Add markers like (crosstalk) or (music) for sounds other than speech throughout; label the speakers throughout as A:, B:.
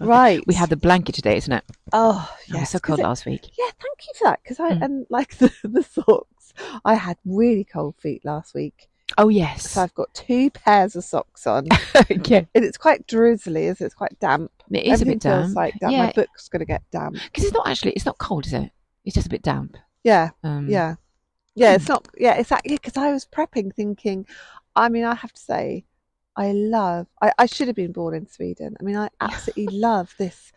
A: Right.
B: We had the blanket today, isn't it?
A: Oh,
B: It was
A: yes.
B: so
A: 'cause
B: cold
A: it-
B: last week.
A: Yeah, thank you for that. Because I
B: Mm.
A: and like (laughs) the, the socks, I had really cold feet last week,
B: Oh yes.
A: so I've got two pairs of socks on,
B: (laughs) yeah.
A: and it's quite drizzly, is it? It's quite damp.
B: It is a
A: Everything
B: bit damp.
A: Feels like damp.
B: Yeah,
A: My book's going to get damp.
B: because it's not actually it's not cold, is it? It's just a bit damp.
A: Yeah,
B: Um,
A: yeah, yeah.
B: Mm.
A: It's not. Yeah, it's that. Yeah, because I was prepping, thinking. I mean, I have to say, I love. I, I should have been born in Sweden. I mean,
B: (laughs)
A: I absolutely love this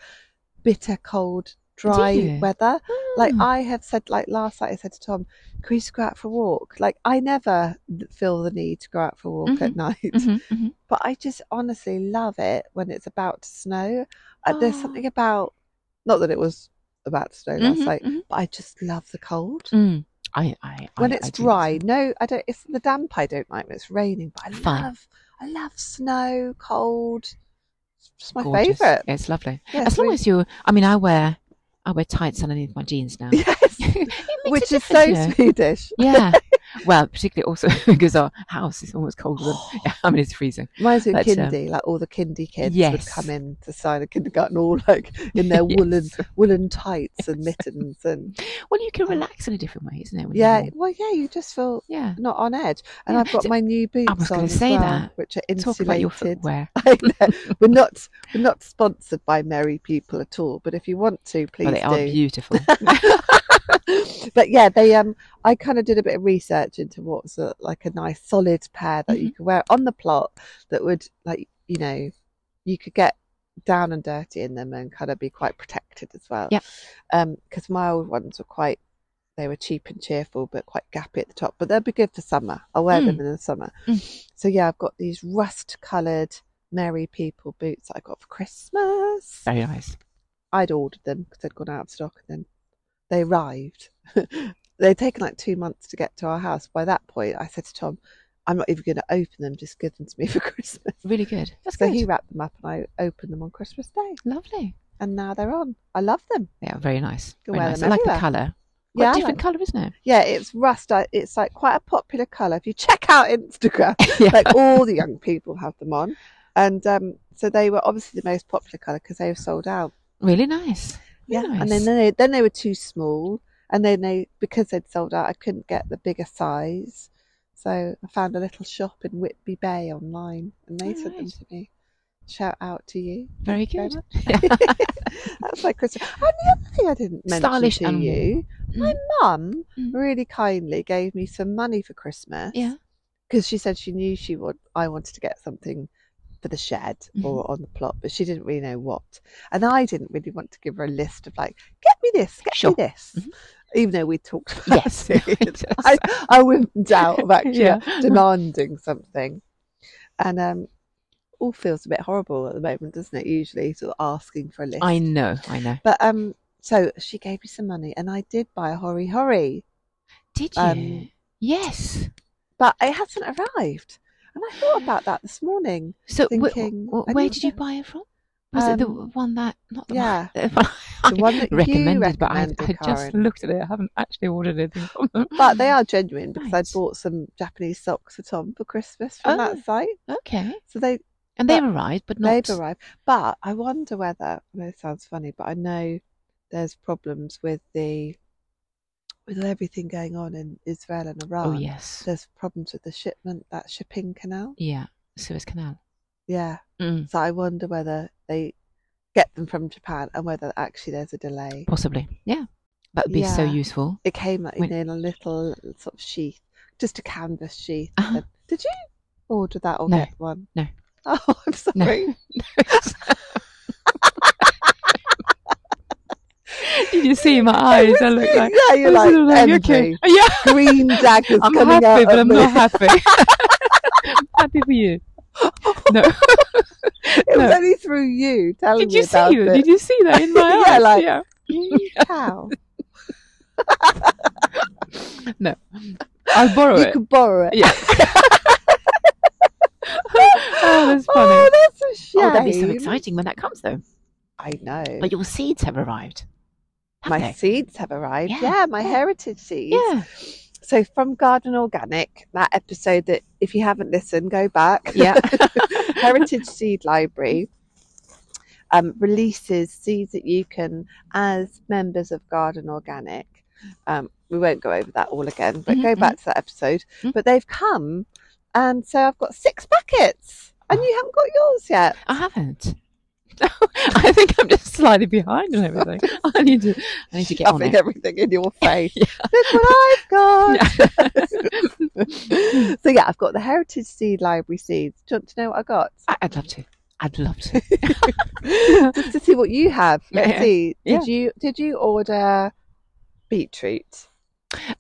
A: bitter cold, dry
B: you?
A: weather. Like
B: Mm.
A: I have said, like last night I said to Tom, "Can we just go out for a walk?" Like I never feel the need to go out for a walk at night,
B: Mhm, mhm.
A: but I just honestly love it when it's about to snow. Uh, There's
B: Ah.
A: something about, not that it was about to snow last
B: Mhm,
A: night,
B: mhm.
A: but I just love the cold
B: Mm. I, I,
A: when
B: I-
A: it's
B: I do
A: dry.
B: this.
A: No, I don't. It's the damp I don't like when it's raining, but I
B: Fine.
A: love, I love snow, cold. It's just my
B: Gorgeous.
A: favourite.
B: Yeah, it's lovely.
A: Yeah,
B: as
A: it's
B: long
A: really-
B: as you, I mean, I wear, I wear tights underneath my
A: (laughs)
B: jeans now.
A: (laughs) yes,
B: (laughs) It
A: which is
B: makes a difference,
A: so
B: you know.
A: Swedish. (laughs)
B: Yeah. Well, particularly also (laughs) because our house is almost colder than. (laughs) I mean, it's freezing.
A: Mine's in
B: But, um,
A: kindy, like all the kindy kids would
B: yes.
A: come in to sign a kindergarten, all (laughs) like in their woolen
B: (laughs) Yes.
A: woolen tights and
B: (laughs)
A: mittens, and
B: Well, you can relax in a different way, isn't it? when you're
A: yeah,
B: warm?
A: well, yeah, you just feel
B: Yeah.
A: not on edge. And
B: Yeah,
A: I've got
B: so-
A: my new boots
B: was gonna
A: on as
B: say
A: well,
B: that.
A: which are
B: Talk about your
A: insulated.
B: footwear.
A: (laughs) I know. we're not we're
B: (laughs)
A: not sponsored by merry people at all, but if you want to, please
B: Well, they are
A: do.
B: (laughs) beautiful.
A: (laughs) but yeah, they um, I kind of did a bit of research into what's a, like a nice solid pair that you could wear on the plot that would like you know you could get down and dirty in them and kind of be quite protected as well.
B: Yep.
A: Um, because my old ones were quite they were cheap and cheerful but quite gappy at the top, but they'll be good for summer. I'll wear them in the summer. So yeah, I've got these rust coloured merry people boots that I got for Christmas.
B: Very nice.
A: I'd ordered them because they'd gone out of stock and then they arrived. (laughs) They'd taken like two months to get to our house. By that point, I said to Tom, I'm not even going to open them, just give them to me for (laughs) Christmas.
B: Really good. That's
A: so
B: good.
A: he wrapped them up and I opened them on Christmas Day.
B: Lovely.
A: And now they're on. I love them.
B: They are very nice.
A: Can
B: Very
A: wear
B: nice. I
A: them
B: like the
A: everywhere.
B: colour. Quite
A: Yeah, I
B: different colour, isn't it?
A: Yeah, it's rust. I- It's like quite a popular colour. If you check out Instagram,
B: (laughs) Yeah.
A: like all the young people have them on. And um, so they were obviously the most popular colour because they were sold out.
B: Really nice.
A: Yeah,
B: Nice.
A: and then they then they were too small, and then they because they'd sold out, I couldn't get the bigger size, so I found a little shop in Whitby Bay online, and they sent them
B: Alright.
A: to me. Shout out to you!
B: Very
A: Thank you
B: good.
A: very
B: (laughs)
A: much. (laughs) That's my Christmas. And the other thing I didn't mention
B: Stylish
A: to
B: and
A: you, my
B: Mm.
A: mum
B: Mm.
A: really kindly gave me some money for Christmas.
B: Yeah.
A: because she said she knew she would. I wanted to get something for the shed or
B: Mm-hmm.
A: on the plot, but she didn't really know what. And I didn't really want to give her a list of like, get me this, get
B: Sure.
A: me this,
B: Mhm.
A: even though we talked about
B: (laughs) Yes.
A: (laughs)
B: (laughs)
A: it.
B: Yes.
A: I, I wouldn't doubt of actually uh,
B: Yeah.
A: demanding something, and um, all feels a bit horrible at the moment, doesn't it? Usually, sort of asking for a list.
B: I know. I know.
A: But um, so she gave me some money, and I did buy a hori hori,
B: Did you?
A: Um,
B: yes.
A: but it hasn't arrived. And I thought about that this morning.
B: So, wh- wh-
A: thinking,
B: wh-
A: I
B: where
A: need
B: did you
A: to-
B: buy it from? Was it the
A: Um,
B: one that not the (laughs)
A: yeah.
B: one, the one I
A: The one that you
B: recommended, but I, I
A: recommended,
B: just
A: Karen.
B: looked at it. I haven't actually ordered anything from them.
A: But they are genuine because
B: Mm. Right.
A: I bought some Japanese socks for Tom for Christmas from
B: Oh.
A: that site.
B: (laughs) okay,
A: So they
B: and they've arrived, but not.
A: they've arrived. But I wonder whether I know it sounds funny, but I know there's problems with the with everything going on in Israel and Iran.
B: Oh yes,
A: There's problems with the shipment, that shipping canal.
B: yeah, Suez Canal.
A: Yeah.
B: Mm,
A: So I wonder whether they get them from Japan and whether actually there's a delay.
B: possibly, yeah. That would be so
A: Yeah.
B: useful.
A: It came like,
B: When-
A: in a little sort of sheath, just a canvas sheath.
B: Uh-huh.
A: And- Did you order that or
B: No.
A: get one?
B: No.
A: (laughs) Oh, I'm
B: No.
A: sorry.
B: Did you see my (laughs) eyes? I look like
A: yeah, you're
B: I
A: like,
B: sort of
A: envy.
B: okay, yeah.
A: green daggers
B: (laughs) I'm
A: coming
B: happy,
A: out.
B: but
A: of
B: I'm
A: me.
B: not happy.
A: (laughs)
B: happy for you. No.
A: It was
B: no.
A: only through you telling
B: Did
A: me
B: you see
A: about
B: it?
A: it.
B: Did you see that in my
A: (laughs) Yeah,
B: eyes?
A: like-
B: yeah. (laughs)
A: How?
B: I'll borrow
A: You
B: it.
A: could borrow it.
B: Yeah. (laughs) oh, that's funny.
A: (laughs) (gasps) Oh, that's a shame.
B: Oh, that'd be so exciting when that comes, though.
A: I know.
B: But your seeds have arrived. have
A: my
B: they?
A: seeds have arrived.
B: Yeah,
A: Yeah, my heritage seeds.
B: Yeah.
A: So from Garden Organic, that episode that if (laughs) you haven't listened, go back.
B: Yeah.
A: Heritage Seed Library. um, releases seeds that you can as members of Garden Organic. Um, we won't go over that all again, but
B: Mhm,
A: go
B: mhm.
A: back to that episode.
B: Mhm.
A: But they've come and so I've got six packets and you haven't got yours yet.
B: I haven't. (laughs) I think I'm just slightly behind on everything. (laughs) I need to. I need to get on
A: Shoving
B: it.
A: everything in
B: (laughs)
A: your face. Look what I've got. so yeah, I've got the Heritage Seed Library seeds. Do you want to know what I
B: (laughs)
A: got?
B: I- I'd love to. I'd love to.
A: Just to see what you have. Let's
B: Yeah, yeah.
A: see. Did you did you order beetroot?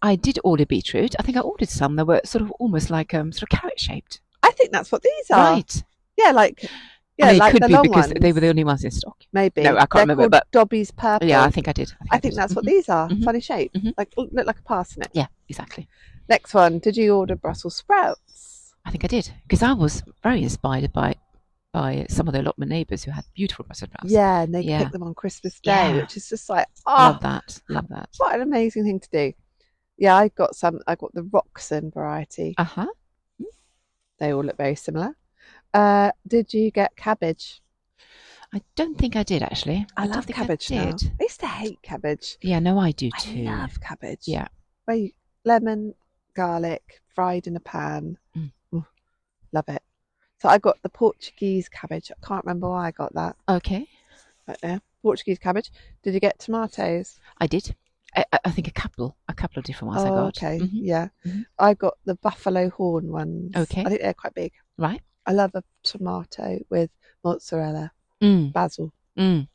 B: I did order beetroot. I think I ordered some that were sort of almost like um sort of carrot shaped.
A: I think that's what these are.
B: Right.
A: Yeah, like Ah. yeah,
B: And it
A: like
B: could
A: the
B: be
A: long
B: because
A: ones.
B: they were the only ones in stock.
A: maybe.
B: No, I can't
A: They're
B: remember,
A: called
B: but-
A: Dobby's purple.
B: Yeah, I think I did.
A: I think that's what
B: did.
A: these are.
B: Mhm.
A: Funny shape,
B: Mhm.
A: like look look like a parsnip.
B: Mhm. Yeah, exactly.
A: Next one. Did you order Brussels sprouts?
B: I think I did because I was very inspired by by some of the allotment neighbours who had beautiful Brussels sprouts.
A: Yeah, and they
B: Yeah.
A: picked them on Christmas Day,
B: Yeah.
A: which is just like
B: love
A: oh,
B: that. Love that.
A: what an amazing thing to do. Yeah, I got some. I got the Roxon variety.
B: Uh huh.
A: They all look very similar. Uh, did you get cabbage?
B: I don't think I did actually.
A: I,
B: don't
A: love
B: think
A: cabbage
B: I
A: now.
B: did.
A: I used to hate cabbage.
B: Yeah, no, I do
A: I
B: too.
A: love cabbage.
B: Yeah.
A: Where you, lemon, garlic, fried in a pan.
B: Mm.
A: Mm, Love it. So I got the Portuguese cabbage. I can't remember why I got that.
B: Okay,
A: But yeah, Portuguese cabbage. Did you get tomatoes?
B: I did. I, I- I think a couple, a couple of different ones I
A: oh,
B: got.
A: okay.
B: Mhm.
A: Yeah.
B: Mhm.
A: I got the buffalo horn ones.
B: Okay.
A: I think they're quite big.
B: Right.
A: I love a tomato with mozzarella,
B: Mm.
A: basil,
B: Mm.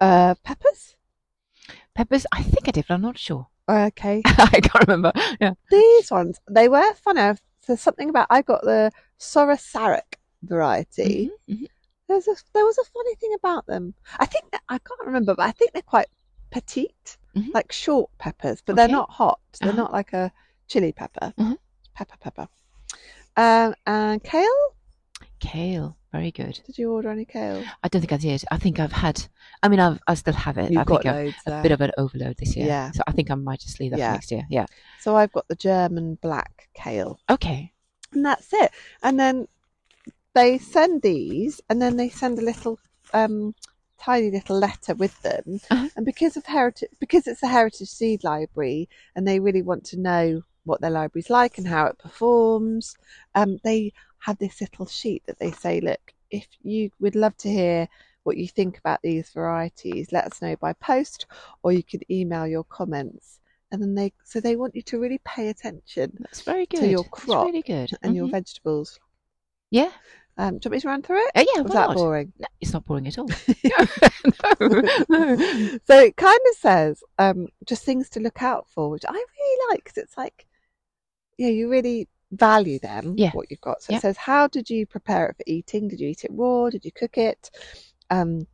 A: uh, peppers.
B: Peppers, I think I did, but I'm not sure. (laughs)
A: Okay.
B: I can't remember. (laughs) Yeah.
A: these ones they were funny there's something about i got the sorosaric variety
B: Mhm, mhm.
A: there's a there was a funny thing about them i think that, i can't remember but i think they're quite petite
B: Mhm.
A: like short peppers but they're
B: Okay.
A: not hot they're
B: Uh-huh.
A: not like a chili pepper
B: Mhm.
A: pepper pepper um and kale
B: Kale, very good.
A: did you order any kale
B: I don't think I did. I think I've had. I mean, I've, I still have it. I
A: you've got
B: think I've
A: loads
B: a
A: there
B: bit of an overload this year.
A: Yeah.
B: So I think I might just leave that
A: Yeah.
B: for next year. Yeah.
A: so i've got the german black kale
B: Okay.
A: and that's it. And then they send these, and then they send a little, um, tiny little letter with them.
B: Uh-huh.
A: And because of heritage, because it's a heritage seed library, and they really want to know what their library's like and how it performs, um, they have this little sheet that they say, look, if you would love to hear what you think about these varieties, let us know by post, or you could email your comments. And then they, so they want you to really pay attention
B: That's very
A: To
B: good.
A: your
B: That's
A: crop
B: really good.
A: and your
B: Mhm.
A: vegetables.
B: yeah.
A: Um, do you want me to run through it?
B: Uh, yeah.
A: Was
B: why
A: that
B: not?
A: boring?
B: No, it's not boring
A: (laughs)
B: at all. no, no.
A: so it kind of says um, just things to look out for, which I really like because it's like, yeah, you really value them,
B: Yeah.
A: what you've got. So
B: Yeah.
A: it says, how did you prepare it for eating? Did you eat it raw? Did you cook it? Um,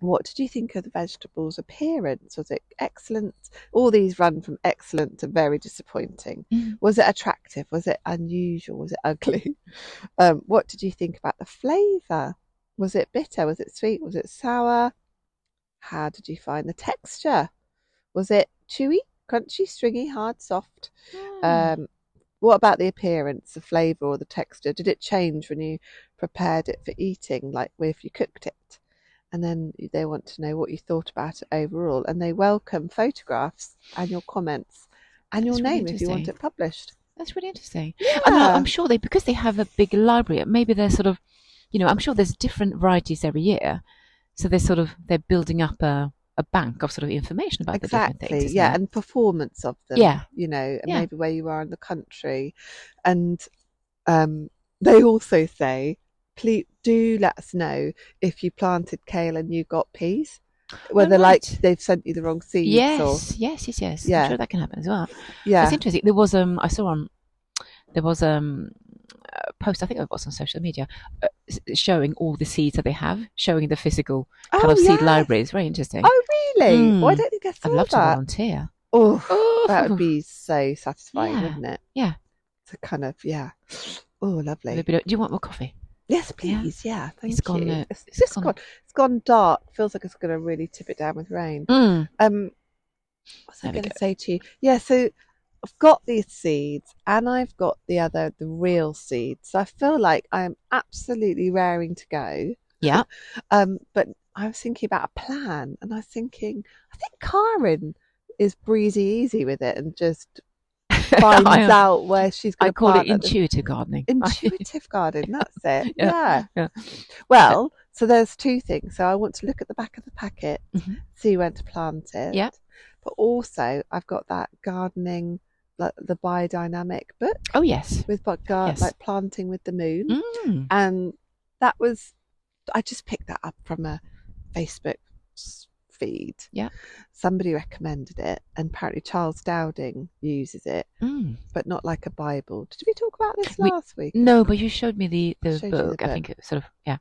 A: what did you think of the vegetables' appearance? Was it excellent? All these run from excellent to very disappointing.
B: Mm.
A: Was it attractive? Was it unusual? Was it ugly? (laughs) Um, what did you think about the flavour? Was it bitter? Was it sweet? Was it sour? How did you find the texture? Was it chewy, crunchy, stringy, hard, soft?
B: Hmm. Mm.
A: Um, what about the appearance, the flavour, or the texture? Did it change when you prepared it for eating, like if you cooked it? And then they want to know what you thought about it overall, and they welcome photographs and your comments and your
B: That's really
A: name if you want
B: interesting.
A: it published.
B: That's really interesting. And I- I'm sure they because they have a big library. Maybe they're sort of, you know, I'm sure there's different varieties every year, so they're sort of they're building up a, a bank of sort of information about the different
A: exactly,
B: things. isn't
A: yeah,
B: it?
A: and performance of them.
B: Yeah.
A: you know, and
B: Yeah.
A: maybe where you are in the country, and um, they also say, please do let us know if you planted kale and you got peas, whether like
B: right.
A: they've sent you the wrong seeds or
B: yes, yes, yes, yes.
A: Yeah.
B: I'm sure that can happen as well.
A: yeah,
B: That's interesting. There was um, I saw on there was um, a post I think it was on social media uh, s- showing all the seeds that they have, showing the physical kind
A: oh,
B: of seed
A: yeah.
B: library. It's very interesting.
A: Oh really?
B: Mm.
A: Well, I don't think I saw
B: I'd love to
A: that.
B: volunteer. (laughs)
A: Oh,
B: Oh,
A: that would be so satisfying,
B: Yeah.
A: wouldn't it?
B: Yeah.
A: To kind of yeah. Oh, lovely.
B: Maybe- Do you want more coffee?
A: Yes,
B: Yeah.
A: please. Yeah, thank
B: It's gone,
A: you.
B: uh,
A: it's,
B: it's
A: just
B: gone-
A: gone. It's gone dark. Feels like it's going to really tip it down with rain.
B: Mm.
A: Um, what was I
B: There we
A: going to say to you? Yeah, so I've got these seeds and I've got the other, the real seeds. So I feel like I'm absolutely raring to go.
B: Yeah.
A: Um, but I was thinking about a plan, and I was thinking, I think Karen is breezy easy with it and
B: (laughs)
A: just finds
B: I-
A: out where she's
B: I
A: going to
B: call it
A: intuitive.
B: intuitive gardening. (laughs)
A: intuitive garden. That's it.
B: Yeah,
A: Yeah.
B: yeah.
A: Well, so there's two things. So I want to look at the back of the packet,
B: Mhm.
A: see when to plant it.
B: Yeah.
A: But also, I've got that gardening, like the biodynamic book
B: oh yes.
A: with but gar-
B: Yes.
A: like planting with the moon,
B: Mm.
A: and that was I just picked that up from a Facebook s- feed.
B: Yeah.
A: Somebody recommended it, and apparently Charles Dowding uses it,
B: Mm.
A: but not like a Bible. Did we talk about this
B: We-
A: last week?
B: No, but you showed me the, the
A: Showed you the
B: book. I
A: book.
B: think it sort of yeah.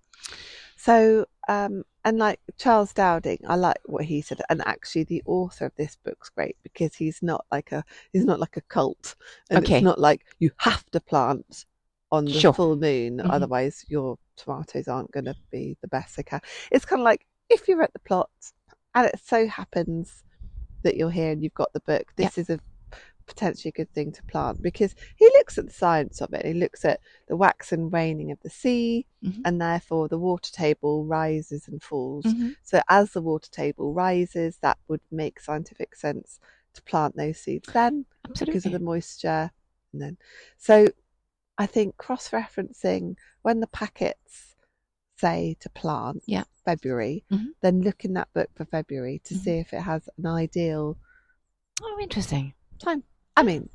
A: So, um, and like Charles Dowding, I like what he said, and actually the author of this book's great because he's not like a he's not like a cult, and
B: Okay.
A: it's not like you have to plant on the
B: Sure.
A: full moon,
B: Mhm.
A: otherwise your tomatoes aren't going to be the best they can. It's kind of like if you're at the plot, and it so happens that you're here and you've got the book,
B: Yeah.
A: this is a potentially good thing to plant because he looks at the science of it. He looks at the wax and waning of the sea and therefore the water table rises and falls.
B: Mhm.
A: So as the water table rises, that would make scientific sense to plant those seeds then because
B: Absolutely.
A: of the moisture. And then, so I think cross-referencing when the packets say to plant
B: Yeah.
A: February,
B: Mhm.
A: then look in that book for February to
B: Mhm.
A: see if it has an ideal
B: oh, interesting.
A: time. I mean,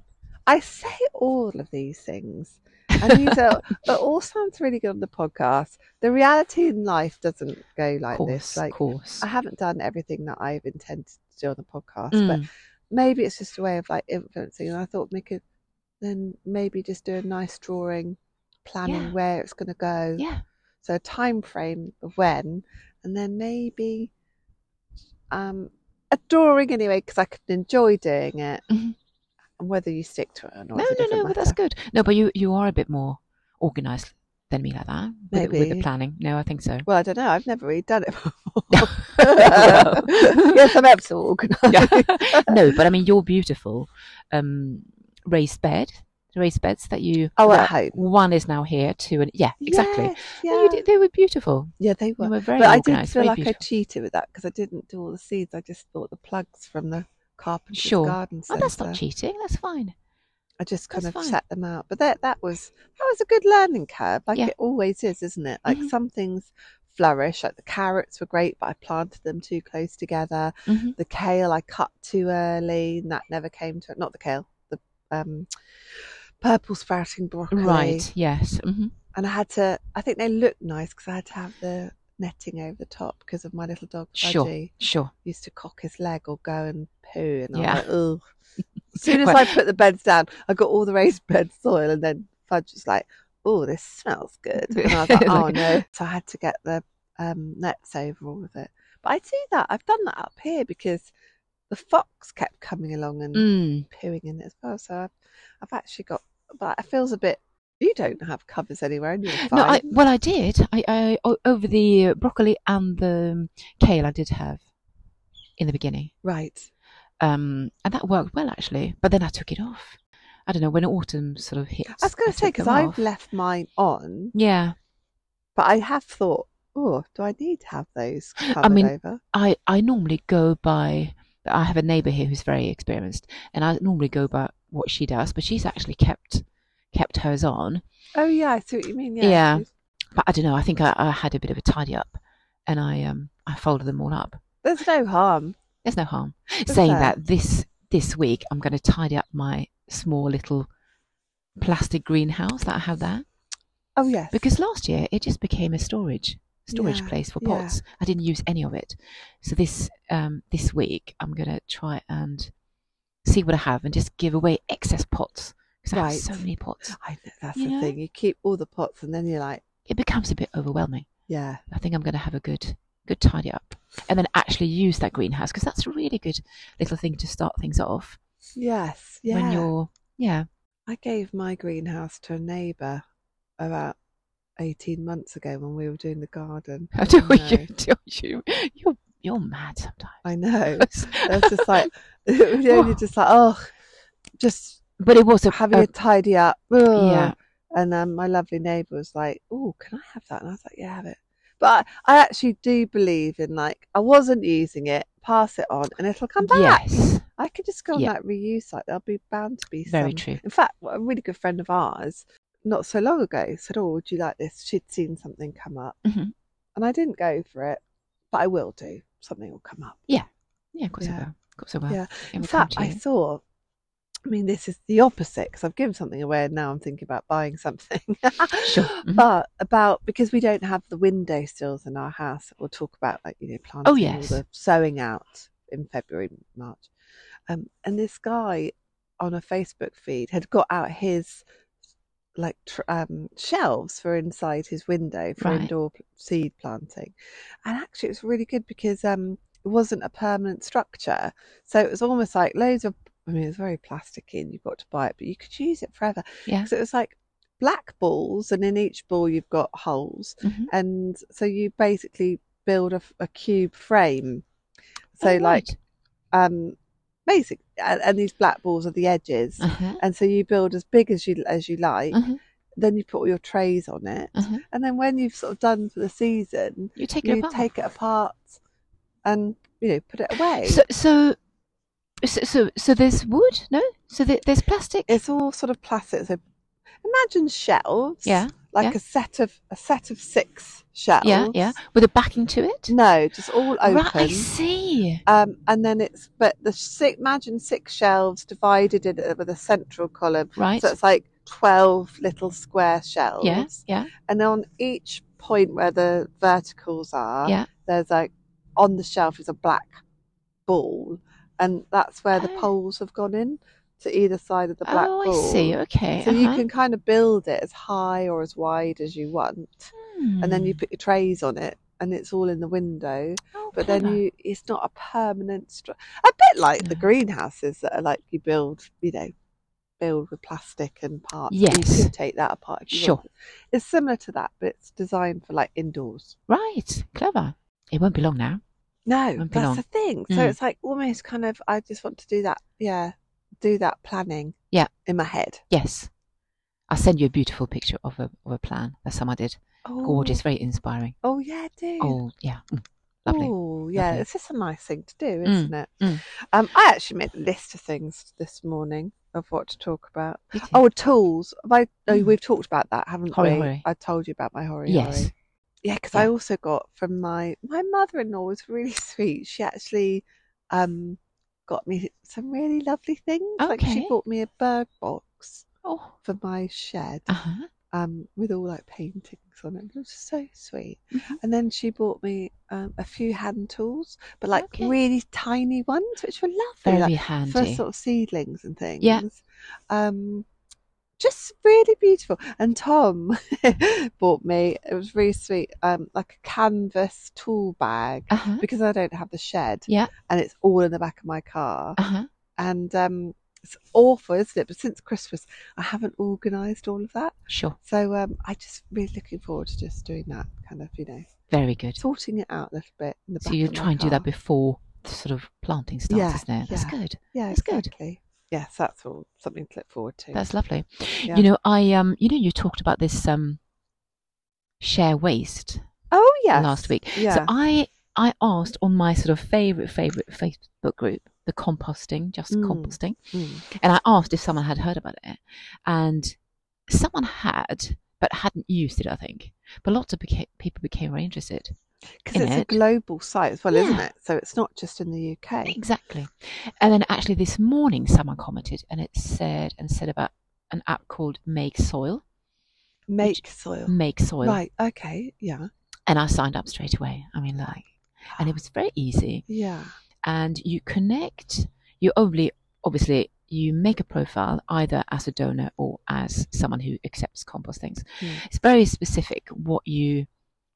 A: I say all of these things, and
B: (laughs)
A: these are it all sounds really good on the podcast. The reality in life doesn't go like
B: course,
A: this. Like
B: course.
A: I haven't done everything that I've intended to do on the podcast, but
B: Mm.
A: maybe it's just a way of like influencing. And I thought we could then maybe just do a nice drawing, planning
B: Yeah.
A: where it's going to go.
B: yeah.
A: So a time frame of when, and then maybe um, a drawing anyway, because I could enjoy doing it.
B: Mhm.
A: And whether you stick to it or not,
B: No,
A: is a
B: no,
A: different
B: no. But that's
A: matter.
B: good. No, but you you are a bit more organised than me like that with, the- with the
A: Maybe.
B: planning. No,
A: (laughs)
B: I think so.
A: Well, I don't know. I've never really done it (laughs)
B: (laughs)
A: before.
B: Well.
A: yes, I'm absolutely organised.
B: Yeah. (laughs) no, but I mean your beautiful um, raised bed, raised beds that you.
A: Oh,
B: that
A: at home.
B: One is now here, two, and yeah, exactly.
A: Yes, yeah.
B: No, you did- they were beautiful.
A: yeah, they
B: They
A: were.
B: were very
A: But I did
B: organised.
A: feel
B: very
A: like I
B: beautiful.
A: cheated with that because I didn't do all the seeds. I just bought the plugs from the carpenter's
B: Sure.
A: garden
B: Oh,
A: centre.
B: that's not cheating. That's fine.
A: I just kind
B: That's
A: of
B: fine.
A: checked them out. But that that was that was a good learning curve, like
B: Yeah.
A: it always is, isn't it? Like
B: Mhm.
A: some things flourish. Like the carrots were great, but I planted them too close together.
B: Mhm.
A: The kale I cut too early, and that never came to Not the kale, the um, purple sprouting broccoli.
B: Right. Yes. hmm
A: And I had to. I think they looked nice because I had to have the netting over the top because of my little dog
B: Sure.
A: Budgie
B: Sure.
A: used to cock his leg or go and poo, and
B: Yeah.
A: I'm like,
B: (laughs)
A: ugh. As soon as
B: Well-
A: I put the beds down, I got all the raised (laughs) bed soil, and then Fudge was like, "Oh, this smells good," and I was
B: (laughs)
A: like, "Oh
B: Like-
A: no!" So I had to get the um, nets over all of it. But I do that. I've done that up here because the fox kept coming along and
B: Mm.
A: pooing in it as well. So I've, I've actually got, but it feels a bit. You don't have covers anywhere, and you're fine.
B: No, I, well, I did. I, I o- over the uh, broccoli and the um, kale, I did have in the beginning,
A: Right.
B: um, and that worked well actually. But then I took it off. I don't know when autumn sort of hits.
A: I was going to say
B: took
A: because
B: them
A: I've
B: off.
A: left mine on.
B: Yeah,
A: But I have thought, oh, do I need to have those covered
B: mean-
A: over?
B: I I normally go by. I have a neighbour here who's very experienced, and I normally go by what she does. But she's actually kept kept hers on,
A: Oh yeah, I see what you mean. Yeah,
B: Yeah.
A: it's-
B: but I don't know. I think I, I had a bit of a tidy up, and I um I folded them all up.
A: there's no harm.
B: There's no harm
A: Is
B: saying
A: there?
B: that this this week I'm going to tidy up my small little plastic greenhouse that I have there
A: Oh yes,
B: because last year it just became a storage storage
A: Yeah,
B: place for
A: yeah.
B: pots. I didn't use any of it, so this um this week I'm going to try and see what I have and just give away excess pots because I have
A: Right.
B: so many pots.
A: I know that's
B: You
A: the
B: know?
A: thing. You keep all the pots, and then you're like,
B: It becomes a bit overwhelming.
A: yeah,
B: I think I'm going to have a good good tidy up and then actually use that greenhouse because that's a really good little thing to start things off
A: yes, yeah.
B: when you're yeah (laughs)
A: I gave my greenhouse to a neighbour about eighteen months ago when we were doing the garden.
B: (laughs) I do
A: No.
B: you do you you're you're mad sometimes (laughs)
A: I know. I was just like, (laughs) it was only just like, oh, just
B: but it was a,
A: having
B: a-
A: a tidy up. Ugh.
B: uh, yeah
A: And um, my lovely neighbour was like, "Oh, can I have that?" And I was like, "Yeah, have it." But I actually do believe in like I wasn't using it, pass it on, and it'll come back.
B: Yes.
A: I could just go on
B: Yeah.
A: that reuse site. There'll be bound to be some.
B: Very true.
A: In fact, a really good friend of ours, not so long ago, said, "Oh, would you like this?" She'd seen something come up,
B: Mhm.
A: and I didn't go for it, but I will do. Something will come up.
B: Yeah, of course
A: Yeah.
B: it will. Of course it will.
A: Yeah.
B: It
A: In
B: will come
A: fact,
B: to
A: I
B: you.
A: saw. I mean, this is the opposite because I've given something away, and now I'm thinking about buying something. (laughs)
B: Sure. Mhm.
A: But about because we don't have the window sills in our house, we'll talk about like you know planting
B: Oh, yes.
A: all the sowing out in February, March. Um, and this guy on a Facebook feed had got out his like tr- um, shelves for inside his window for
B: Right.
A: indoor p- seed planting, and actually it was really good because um, it wasn't a permanent structure, so it was almost like loads of. I mean, it was very plasticky, and you've got to buy it, but you could use it forever.
B: Yeah.
A: So it was like black balls, and in each ball you've got holes,
B: Mhm.
A: and so you basically build a, f- a cube frame. So
B: Oh,
A: like
B: right.
A: um, basic, and, and these black balls are the edges,
B: Uh-huh.
A: and so you build as big as you as you like.
B: Mhm.
A: Then you put all your trays on it,
B: Uh-huh.
A: and then when you've sort of done for the season,
B: You take it
A: you
B: apart.
A: take it apart and you know put it away.
B: So, so, so, so, so there's wood, no? So there, there's plastic.
A: it's all sort of plastic. So imagine shelves,
B: yeah,
A: like
B: yeah.
A: a set of a set of six shelves.
B: yeah, yeah. With a backing to it.
A: No, just all open.
B: Right, I see.
A: Um, and then it's but the six, imagine six shelves divided in, with a central column.
B: Right.
A: So it's like twelve little square shelves.
B: yeah, yeah.
A: And on each point where the verticals are,
B: Yeah.
A: there's like on the shelf is a black ball, and that's where the
B: Oh.
A: poles have gone in to either side of the black
B: oh,
A: ball.
B: I see. Okay.
A: So you
B: uh-huh.
A: can kind of build it as high or as wide as you want,
B: Uh-huh.
A: and then you put your trays on it, and it's all in the window
B: Hmm. Oh,
A: but then
B: clever.
A: you it's not a permanent stru- a bit like the
B: No.
A: greenhouses that are like you build you know build with plastic and parts you
B: Yes.
A: could take that apart if you
B: Sure.
A: wanted. it's similar to that but it's designed for like indoors
B: Right. Clever. It won't be long now.
A: no
B: Won't be
A: that's
B: long.
A: the thing so
B: Mm.
A: it's like almost kind of i just want to do that yeah do that planning
B: Yeah.
A: in my head
B: Yes. I'll send you a beautiful picture of a of a plan that someone did.
A: oh,
B: Gorgeous, very inspiring.
A: oh yeah do
B: Oh, yeah. Mm. Lovely.
A: Oh yeah,
B: Lovely.
A: it's just a nice thing to do,
B: Mm,
A: isn't it?
B: mm.
A: Um, I actually made a list of things this morning of what to talk about.
B: Did you?
A: Oh, tools. Have I, oh,
B: Mm.
A: we've talked about that, haven't
B: Hori
A: we?
B: hori.
A: I told you about my hori
B: yes.
A: hori. Yeah, because I
B: Yeah.
A: also got from my my mother-in-law was really (laughs) sweet. She actually um got me some really lovely things. Like she
B: Okay.
A: bought me a bird box
B: Oh.
A: for my shed,
B: Uh huh.
A: um, with all like paintings on it. It was so sweet.
B: Mhm.
A: And then she bought me um, a few hand tools, but like
B: Okay.
A: really tiny ones, which were lovely.
B: Very
A: like,
B: handy.
A: for sort of seedlings and things.
B: Yeah.
A: Um, just really beautiful. And Tom (laughs) bought me, it was really sweet, um, like a canvas tool bag
B: Uh huh.
A: because I don't have the shed.
B: Yeah.
A: And it's all in the back of my car.
B: Uh huh.
A: And um, it's awful, isn't it? But since Christmas, I haven't organised all of that.
B: Sure.
A: So um, I just really looking forward to just doing that kind of, you know,
B: Very good.
A: sorting it out a little bit. In the
B: So
A: back
B: you
A: of my
B: try and do that
A: car.
B: before the sort of planting starts,
A: Yeah,
B: isn't it? That's
A: yeah.
B: good.
A: Yeah,
B: That's good.
A: exactly. Yes, that's all something to look forward to.
B: That's lovely.
A: Yeah.
B: You know, I um, you know, you talked about this um, share waste
A: Oh yes.
B: last week.
A: Yeah.
B: So I I asked on my sort of favorite favorite Facebook group, the composting, just
A: Mm.
B: composting,
A: Mm.
B: and I asked if someone had heard about it, and someone had, but hadn't used it, I think. But lots of beca- people became very interested.
A: Because
B: in
A: it's a
B: it.
A: global site as well, isn't
B: Yeah.
A: it? So it's not just in the UK.
B: Exactly. And then actually this morning someone commented and it said and said about an app called Make Soil.
A: Make soil.
B: Make Soil.
A: Right. Okay. Yeah.
B: And I signed up straight away. I mean like and it was very easy.
A: Yeah.
B: And you connect you only obviously you make a profile either as a donor or as someone who accepts compost things.
A: Mm.
B: It's very specific what you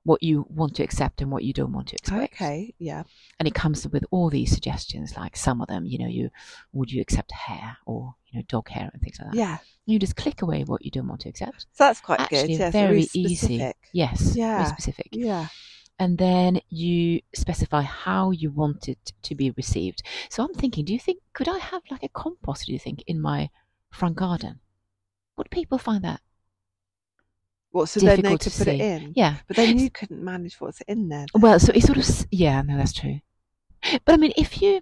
B: what you want to accept and what you don't want to accept.
A: Okay. Yeah.
B: and it comes with all these suggestions like some of them you know you would you accept hair or you know dog hair and things like that
A: Yeah.
B: you just click away what you don't want to accept
A: So that's quite
B: actually
A: good. Yeah. so
B: very
A: really
B: easy
A: specific.
B: yes
A: Yeah.
B: very specific
A: Yeah.
B: and then you specify how you want it to be received so i'm thinking do you think could i have like a compost do you think in my front garden would people find that
A: What? So then they
B: Difficult
A: could
B: to
A: put it
B: see.
A: in.
B: Yeah.
A: But then you couldn't manage what's in there.
B: Well, so it's sort of s- yeah, no, that's true. But I mean, if you,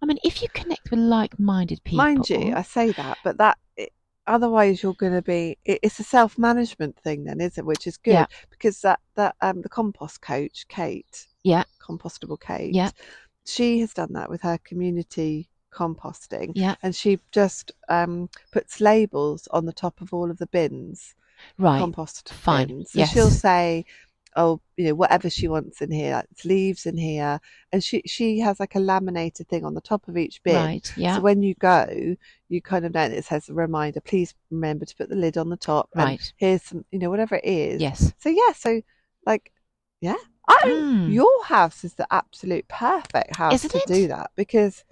B: I mean, if you connect with like-minded people,
A: Mind you, I say that, but that it, otherwise you're going to be. It, it's a self-management thing, then, is it? Which is good
B: Yeah.
A: because that that um the compost coach Kate,
B: Yeah.
A: compostable Kate,
B: Yeah.
A: she has done that with her community composting,
B: Yeah.
A: and she just um puts labels on the top of all of the bins,
B: right?
A: compost
B: Fine.
A: bins. So she'll
B: Yes.
A: say. Oh, you know, whatever she wants in here, like it's leaves in here, and she she has like a laminated thing on the top of each bin,
B: Right. Yeah.
A: so when you go, you kind of know that it says a reminder, please remember to put the lid on the top. and
B: Right.
A: here's some, you know, whatever it is.
B: yes.
A: So, yeah, so like, yeah. I,
B: Mm.
A: Your house is the absolute perfect house
B: Isn't
A: to
B: it?
A: do that because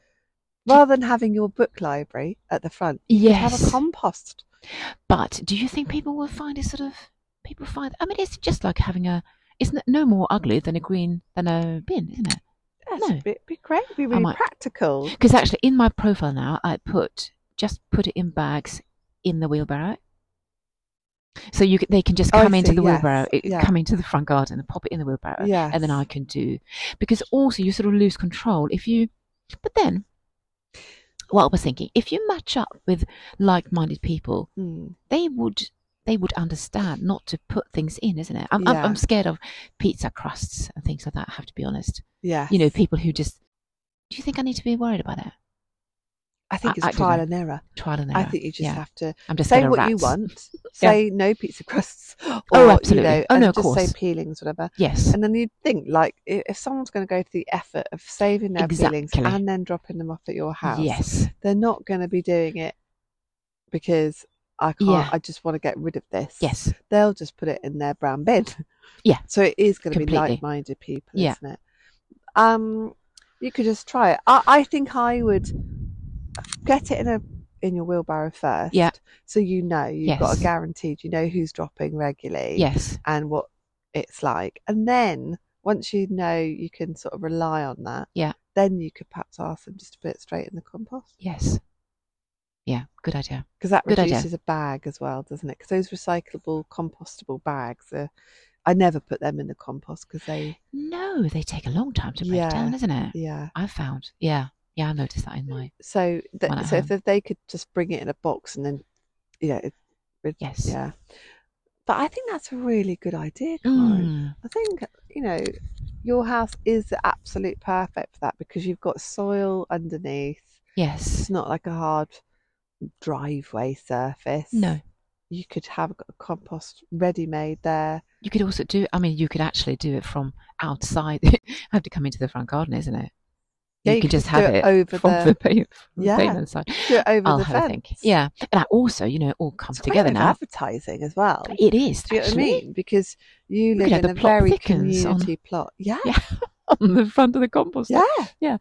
A: rather than having your book library at the front, you have a
B: Yes.
A: compost.
B: But do you think people will find it sort of people find? I mean, it's just like having a. It's n- no more ugly than a green than a bin, isn't it?
A: Yes,
B: No.
A: it'd be, it'd be great. It'd be really
B: might-
A: practical.
B: Because actually, in my profile now, I put just put it in bags in the wheelbarrow. So you c- they can just
A: Oh, I
B: come into
A: see,
B: the
A: yes,
B: wheelbarrow, it-
A: yeah.
B: come into the front garden and pop it in the wheelbarrow,
A: Yes.
B: and then I can do. Because also you sort of lose control if you. But then, what I was thinking, if you match up with like-minded people,
A: Mm.
B: they would they would understand not to put things in, isn't it? I'm
A: Yeah.
B: I'm, I'm scared of pizza crusts and things like that. I have to be honest.
A: Yeah.
B: You know, people who just. Do you think I need to be worried about that?
A: I think
B: I-
A: it's
B: I don't
A: trial
B: know.
A: and error.
B: Trial and error.
A: I think you just
B: yeah.
A: have to
B: I'm just
A: say
B: scared of
A: what you
B: rats.
A: want.
B: (laughs) Yeah.
A: Say no pizza crusts. Or,
B: Oh,
A: You
B: absolutely.
A: know,
B: Oh,
A: and
B: no, of
A: just
B: course.
A: say peelings, whatever.
B: Yes.
A: And then you'd think, like, i- if someone's going to go to the effort of saving their peelings
B: Exactly.
A: and then dropping them off at your house,
B: Yes.
A: they're not going to be doing it because I can't.
B: Yeah.
A: I just want to get rid of this.
B: Yes.
A: They'll just put it in their brown bin.
B: (laughs) Yeah.
A: So it is going to be
B: Completely.
A: like-minded people,
B: Yeah.
A: isn't it? Um, you could just try it. I, I think I would get it in a in your wheelbarrow first.
B: Yeah.
A: So you know you've got a
B: Yes.
A: guaranteed. You know who's dropping regularly
B: Yes.
A: and what it's like. And then once you know you can sort of rely on that,
B: Yeah.
A: then you could perhaps ask them just to put it straight in the compost
B: Yes. Yeah. Good idea.
A: because that
B: Good idea.
A: reduces a bag as well, doesn't it? Because those recyclable, compostable bags are. I never put them in the compost because they,
B: No, they take a long time to break
A: Yeah.
B: down, isn't it?
A: yeah.
B: I found. Yeah. Yeah, I noticed that in my.
A: So,
B: One
A: that,
B: at
A: so if they could just bring it in a box and then, yeah, it, it-
B: Yes.
A: yeah. But I think that's a really good idea, Karen.
B: Mm.
A: I think you know your house is absolute perfect for that because you've got soil underneath. It's
B: Yes.
A: not like a hard driveway surface.
B: No.
A: you could have a compost ready-made there.
B: You could also do. I mean, you could actually do it from outside. (laughs) have to come into the front garden, isn't it?
A: Yeah,
B: you,
A: you
B: could
A: could
B: just
A: just
B: have
A: do it
B: it
A: over
B: from
A: the-
B: the, pave, from
A: Yeah.
B: the pavement side.
A: Do it over
B: I'll
A: the
B: have a
A: fence.
B: think. Yeah, and I also, you know, it all comes
A: it's a way
B: together
A: of
B: now.
A: Advertising as well.
B: It is.
A: Do you know what I
B: actually.
A: mean? Because you
B: could
A: live
B: have
A: in
B: the
A: a
B: plot
A: very
B: thickens on-
A: community plot. Yeah,
B: Yeah. on the front of the composter.
A: yeah.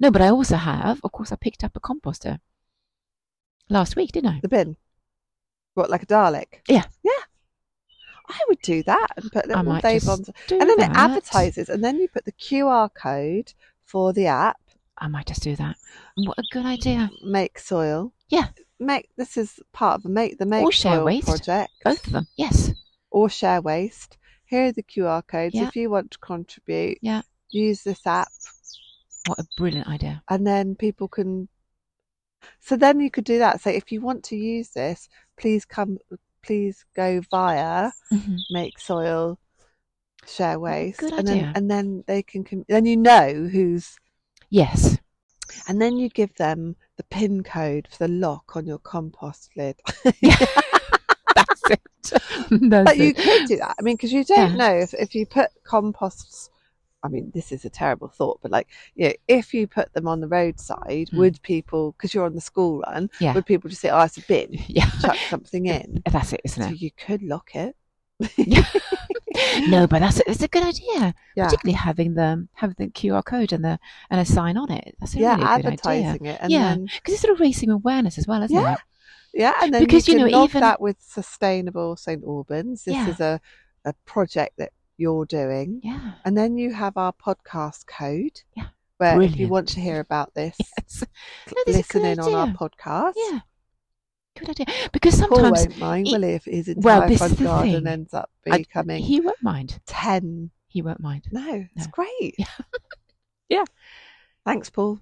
B: No, but I also have, of course, I picked up a composter last week, didn't I?
A: The bin. What, like a Dalek?
B: Yeah.
A: yeah. I would do that and put
B: I
A: little
B: might
A: Dave
B: just
A: on
B: do
A: and then
B: that.
A: it advertises and then you put the qr code for the app
B: I might just do that. What a good idea!
A: make soil
B: Uh. Yeah.
A: make this is part of the make the make
B: Share
A: soil
B: Waste.
A: project
B: Both of them. Yes.
A: or share waste here are the qr codes
B: Yeah.
A: if you want to contribute
B: Yeah.
A: use this app
B: What a brilliant idea.
A: and then people can so then you could do that so if you want to use this please come please go via
B: Mhm.
A: make soil share waste
B: Good
A: and
B: idea.
A: then and then they can com- then you know who's
B: Yes. (laughs)
A: and then you give them the pin code for the lock on your compost lid.
B: That's it. That's
A: but you
B: it.
A: could do that. I mean, because you don't know if, if you put composts. I mean, this is a terrible thought, but like, you know, if you put them on the roadside,
B: Hmm.
A: would people, because you're on the school run,
B: Yeah.
A: would people just say, oh, it's a bin,
B: (laughs) Yeah.
A: chuck something in?
B: That's it, isn't
A: So
B: it?
A: you could lock it.
B: No, but that's it's a good idea.
A: Yeah.
B: Particularly having the having the QR code and the and a sign on it. That's a
A: yeah,
B: really good idea.
A: advertising it. And
B: yeah,
A: then,
B: because it's sort of raising awareness as well, isn't
A: Yeah.
B: it?
A: yeah, and then
B: Because, you
A: you, can
B: know,
A: log
B: even-
A: that with Sustainable St. Albans. This
B: Yeah.
A: is a, a project that you're doing.
B: Yeah. (laughs)
A: And then you have our podcast code.
B: Yeah.
A: Where if you
B: Brilliant. (laughs)
A: want to hear about this,
B: Yes. No, this is a
A: listen
B: good
A: in on our
B: idea.
A: podcast.
B: Yeah. good idea. Because
A: Paul
B: sometimes
A: won't mind,
B: it-
A: will he, if his entire
B: well, this is
A: front
B: the
A: garden
B: thing.
A: ends up
B: I-
A: becoming
B: he won't mind.
A: 10?
B: He won't mind.
A: No, it's
B: No.
A: great. (laughs)
B: Yeah. Yeah.
A: Thanks, Paul.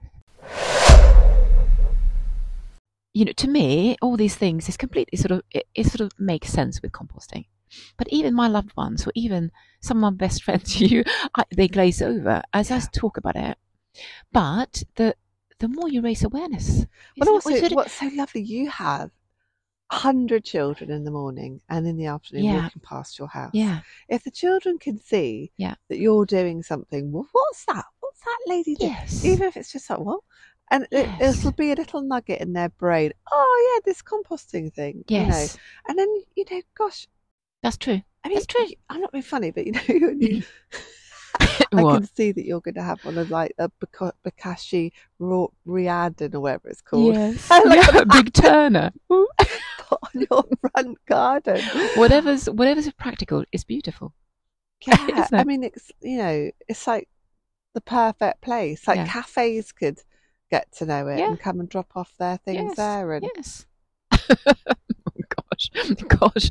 B: you know, to me, all these things is completely sort of it, it sort of makes sense with composting. But even my loved ones, or even some of my best (laughs) friends, you, I, they glaze over as I talk about it. But the the more you raise awareness,
A: But
B: isn't it?
A: also,
B: We should-
A: what's so lovely, you have 100 children in the morning and in the afternoon
B: Yeah.
A: walking past your house.
B: yeah,
A: If the children can see
B: Yeah.
A: that you're doing something, well, what's that? What's that lady doing?
B: yes,
A: Even if it's just like, what? And it,
B: Yes.
A: it'll be a little nugget in their brain. Oh, yeah, this composting thing. You know.
B: yes,
A: And then, you know, gosh,
B: that's true.
A: I mean,
B: That's true.
A: you- I'm not being funny, but you
B: (laughs)
A: know, (laughs) when you, I
B: What?
A: can see that you're going to have one of like a Baka- Bakashi Ro- Riordan or whatever it's called
B: Yes,
A: I
B: (laughs)
A: like
B: yeah, big Turner.
A: put (laughs) on
B: (laughs)
A: your front garden.
B: Whatever's whatever's practical is beautiful.
A: Yeah,
B: Isn't
A: I
B: it?
A: mean, it's you know, it's like the perfect place. Like
B: Yeah.
A: cafes could get to know it
B: Yeah.
A: and come and drop off their things
B: Yes,
A: there. And
B: Yes. (laughs) Oh, Gosh, (laughs) gosh,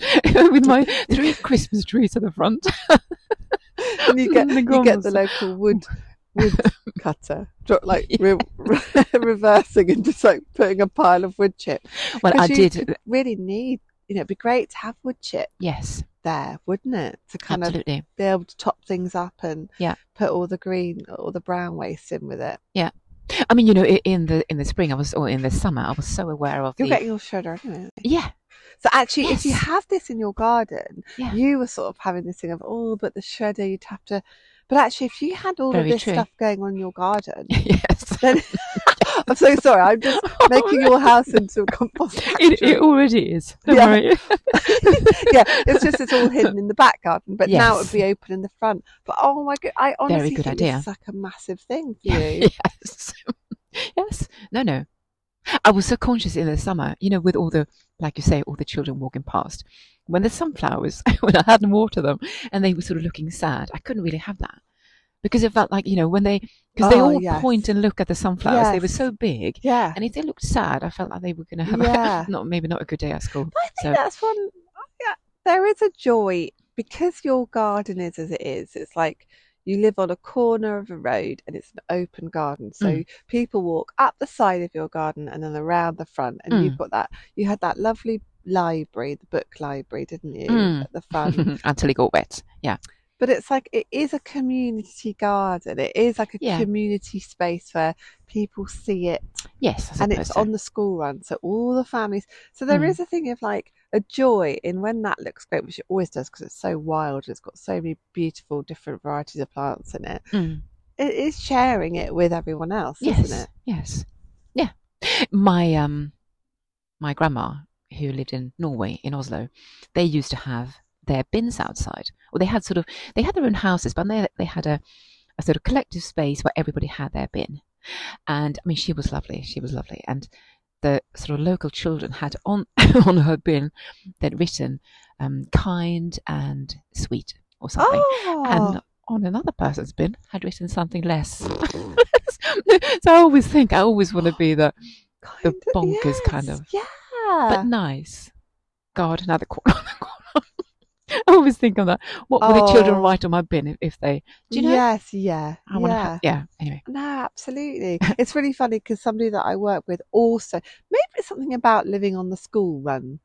B: with my three Christmas trees at the front.
A: (laughs) and (laughs) you get
B: (laughs) The
A: you get the
B: gommels.
A: local wood
B: (laughs)
A: wood cutter, drop like re- re- (laughs) reversing and just like putting a pile of wood chip.
B: Well, I
A: 'Cause you
B: did.
A: Really need you know, it'd be great to have wood chip
B: Yes,
A: there, wouldn't it? To kind of
B: absolutely.
A: be able to top things up and
B: Yeah.
A: put all the green all the brown waste in with it.
B: I mean, you know, i- in the in the spring, I was or in the summer, I was so aware of
A: You're
B: the
A: getting your shredder anyway.
B: yeah, (laughs)
A: So actually, if you
B: Yes.
A: have this in your garden,
B: Yeah.
A: you were sort of having this thing of oh, but the shredder you'd have to. But actually, if you had all of
B: Very
A: this
B: true.
A: stuff going on in your
B: (laughs)
A: garden,
B: yes.
A: then I'm so sorry. I'm
B: (laughs)
A: just making your house into a compost.
B: Oh It,
A: factory.
B: it already is. Don't
A: Yeah.
B: worry.
A: yeah, it's just it's all hidden in the back garden, but now it would
B: Yes.
A: be open in the front. But oh my god, I honestly
B: good
A: think
B: idea.
A: this is like a massive thing for you.
B: yes. (laughs) yes. No, no. I was so conscious in the summer, you know, with all the, like you say, all the children walking past. When the sunflowers, (laughs) when I hadn't watered them and they were sort of looking sad, I couldn't really have that. Because it felt like, you know, when they, because they
A: Oh,
B: all
A: yes.
B: point and look at the sunflowers, they were
A: Yes.
B: so big.
A: yeah,
B: And if they looked sad, I felt like they were going to have
A: Yeah.
B: a, (laughs) not, maybe not a good day at school.
A: I
B: So-
A: think that's one. Yeah, there is a joy because your garden is as it is. It's like you live on a corner of a road and it's an open garden. So
B: Mm.
A: people walk up the side of your garden and then around the front. And
B: Mm.
A: you've got that. You had that lovely library, the book library, didn't you?
B: Mm.
A: At the
B: (laughs)
A: front.
B: until it got wet. Yeah.
A: but it's like it is a community garden. It is like a
B: Yeah.
A: community space where people see it
B: Yes. I
A: and it's
B: suppose so.
A: on the school run, so all the families. So there
B: Mm.
A: is a thing of like a joy in when that looks great, which it always does because it's so wild. It's got so many beautiful different varieties of plants in it.
B: Mm.
A: It is sharing it with everyone else,
B: yes.
A: isn't it?
B: Yes. Yeah. My um my grandma who lived in Norway in Oslo, they used to have their bins outside. Or they had sort of they had their own houses, but they they had a, a sort of collective space where everybody had their bin. And I mean she was lovely. She was lovely. And the sort of local children had on (laughs) on her bin they'd written um, kind and sweet or something
A: Oh,
B: and on another person's bin had written something less.
A: (laughs)
B: so I always think I always want to be the the
A: kind of-
B: bonkers kind
A: yes,
B: of-
A: (gasps) Yeah.
B: but nice. God, another corner. (laughs) another corner. I always think of that. What would the children
A: Oh.
B: write on my bin if, if they? Do you know?
A: Yes, yeah.
B: I want to.
A: yeah.
B: Have, yeah. Anyway.
A: No,
B: (laughs)
A: absolutely. It's really funny because somebody that I work with also, maybe it's something about living on the school run.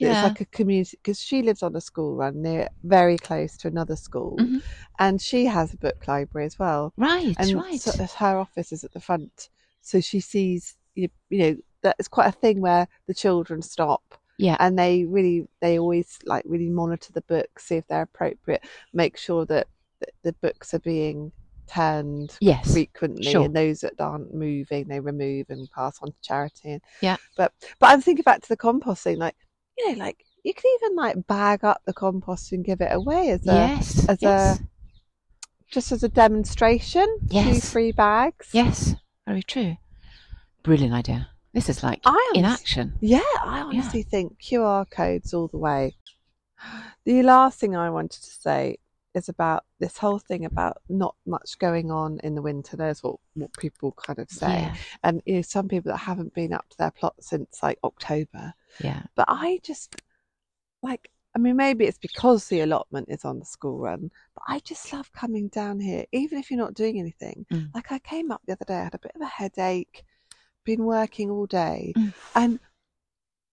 A: that It's like a community because she lives on a school run near very close to another school,
B: Mhm.
A: and she has a book library as well.
B: right.
A: and
B: right.
A: so- uh, her office is at the front, so she sees you you know that it's quite a thing where the children stop
B: yeah.
A: and they really they always like really monitor the books, see if they're appropriate, make sure that that the books are being turned
B: Yes.
A: frequently
B: Sure.
A: and those that aren't moving they remove and pass on to charity
B: Yeah.
A: but but i'm thinking back to the composting like you know like you can even like bag up the compost and give it away as a
B: yes.
A: as
B: yes.
A: just as a demonstration two
B: Yes.
A: free bags
B: yes. Very true. Brilliant idea. This is like
A: I
B: in
A: honest-
B: action.
A: yeah i honestly think qr codes all the way the last thing i wanted to say is about this whole thing about not much going on in the winter. There's what, what people kind of say.
B: Yeah.
A: And you know, some people that haven't been up to their plot since like October.
B: Yeah.
A: But I just like I mean maybe it's because the allotment is on the school run, but I just love coming down here, even if you're not doing anything.
B: Mm.
A: Like I came up the other day, I had a bit of a headache, been working all day
B: Mm.
A: and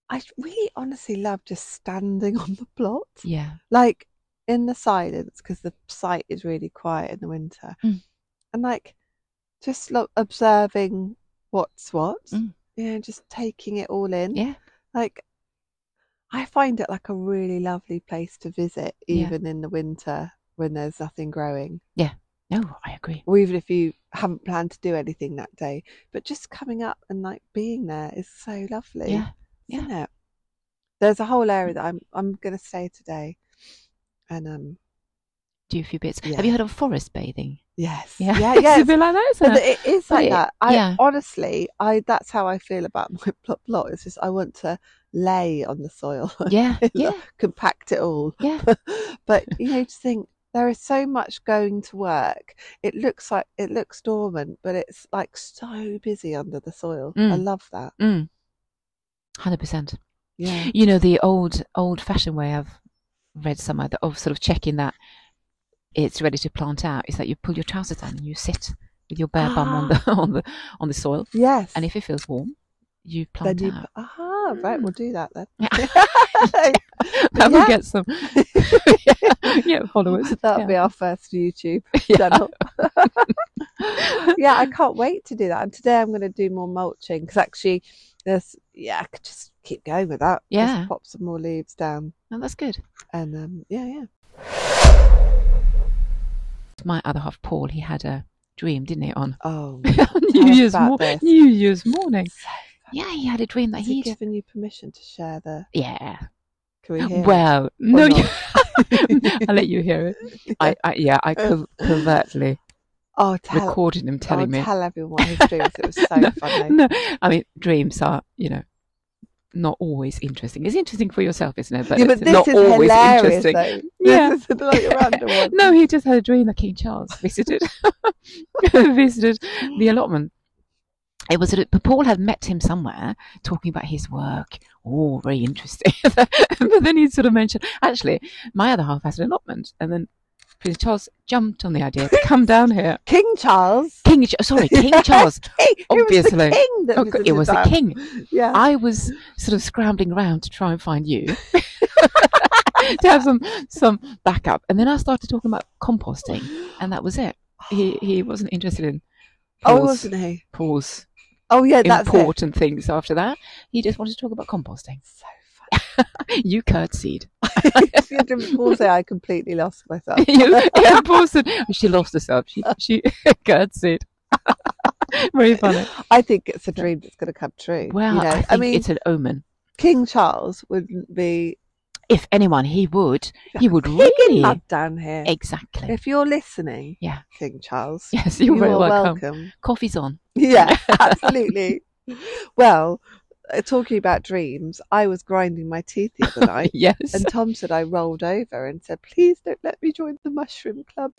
A: I really honestly love just standing (laughs) on the plot
B: Yeah.
A: like in the silence because the site is really quiet in the winter
B: Mm.
A: and like just lo- observing what's what
B: Mm.
A: you know just taking it all in
B: Yeah.
A: like i find it like a really lovely place to visit
B: Yeah.
A: even in the winter when there's nothing growing
B: No, I agree.
A: or even if you haven't planned to do anything that day but just coming up and like being there is so lovely
B: Yeah.
A: isn't it? There's a whole area that I'm I'm gonna stay today, and um
B: Do a few bits.
A: Yeah.
B: Have you heard of forest bathing?
A: yes
B: (laughs) Yeah.
A: yeah
B: it's
A: yeah.
B: a bit like that, isn't
A: But (laughs)
B: it?
A: it is
B: But
A: like
B: it-
A: that. I
B: yeah.
A: honestly, I that's how I feel about my (laughs) plot. plot. It's just I want to lay on the soil, (laughs)
B: Yeah.
A: Look.
B: Yeah.
A: compact it all. (laughs)
B: Yeah.
A: but you know, to think there is so much going to work. It looks like it looks dormant, but it's like so busy under the soil. I
B: Mm.
A: love that.
B: Mm. 100%.
A: Yeah,
B: (laughs) You know, the old, old fashioned way I've read somewhere that, of sort of checking that it's ready to plant out is that you pull your trousers down and you sit with your bare
A: (gasps)
B: bum on the, (laughs) on the, on the soil.
A: yes.
B: And if it feels warm, you
A: then
B: plant
A: you,
B: out. Mm.
A: aha, right, we'll do that then.
B: Yeah.
A: (laughs)
B: (laughs)
A: But
B: That will
A: yeah.
B: get
A: (laughs)
B: some yeah, followers.
A: That'll
B: yeah.
A: be our first YouTube
B: (laughs) Yeah.
A: channel. (laughs) yeah, I can't wait to do that. And today I'm going to do more mulching because actually, there's yeah, I could just keep going with that.
B: Yeah.
A: just pop some more leaves down,
B: (laughs) No, that's good.
A: and um, yeah, yeah.
B: My other half, Paul, he had a dream, didn't he, on (laughs)
A: Oh, Tell
B: New
A: us
B: Year's,
A: about
B: mor-
A: this.
B: New Year's morning.
A: so
B: Yeah, he had a dream that
A: has he
B: he'd.
A: given you permission to share the?
B: Yeah.
A: Can
B: (gasps)
A: we hear?
B: Well, no, you,
A: not?
B: (laughs) I'll let
A: (laughs)
B: you hear it. I, I yeah, I co- covertly
A: oh, Uh, (laughs) tell,
B: recorded him
A: oh,
B: telling me.
A: tell
B: (laughs)
A: everyone his dreams. It was so
B: no,
A: funny.
B: (laughs) no, I mean dreams are you know not always interesting. It's interesting for yourself, isn't it? But,
A: yeah, but
B: it's
A: this
B: not
A: is
B: always
A: hilarious
B: interesting. (laughs)
A: though.
B: Yeah.
A: This is like
B: (laughs)
A: a random one.
B: no, he just had a dream that King Charles (laughs) visited visited the allotment. It was that but Paul had met him somewhere talking about his work. Oh, very interesting. (laughs) but then he sort of mentioned, actually, my other half has an allotment. And then Prince Charles jumped on the idea to come down here.
A: King Charles.
B: (laughs) King, Ch- sorry, (laughs) King Charles.
A: King, it was the
B: Obviously.
A: king that
B: Oh, God, it
A: visited
B: was the
A: that.
B: king.
A: Yeah.
B: I was sort of scrambling around to try and find you (laughs) to have some some backup. And then I started talking about composting, and that was it. He he wasn't interested in
A: Oh,
B: Paul's,
A: wasn't he?
B: Paul's
A: Oh, yeah, that's it.
B: important things after that. He just wanted to talk
A: (laughs)
B: about composting.
A: So
B: You curtsied.
A: funny. If you didn't pause there, I completely lost myself.
B: (laughs) you yeah, posted. She lost herself. She she (laughs) curtsied. (laughs) Very funny.
A: I think it's a dream that's going to come true.
B: Well,
A: you know?
B: I,
A: I,
B: think
A: mean,
B: it's an omen.
A: King Charles wouldn't be
B: If anyone, he would.
A: (laughs)
B: He would
A: kicking
B: really.
A: mud down here.
B: Exactly.
A: If you're listening,
B: Yeah.
A: King Charles,
B: Yes, (laughs) you're
A: you
B: very
A: are
B: welcome.
A: welcome.
B: Coffee's on.
A: Yeah, absolutely. well, uh, talking about dreams, I was grinding my teeth the other night.
B: (laughs) (laughs) Yes.
A: And Tom said I rolled over and said, please don't let me join the mushroom club.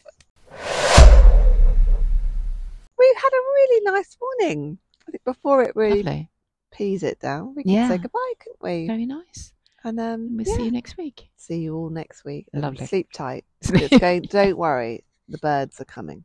A: We had a really nice morning. I think before it really
B: Lovely.
A: peas it down, we could
B: Yeah.
A: say goodbye, couldn't we?
B: Very nice.
A: And um,
B: We'll
A: yeah,
B: see you next (laughs) week.
A: see you all next week. And
B: Lovely.
A: Sleep
B: (laughs)
A: tight. It's going, don't worry, the birds are coming.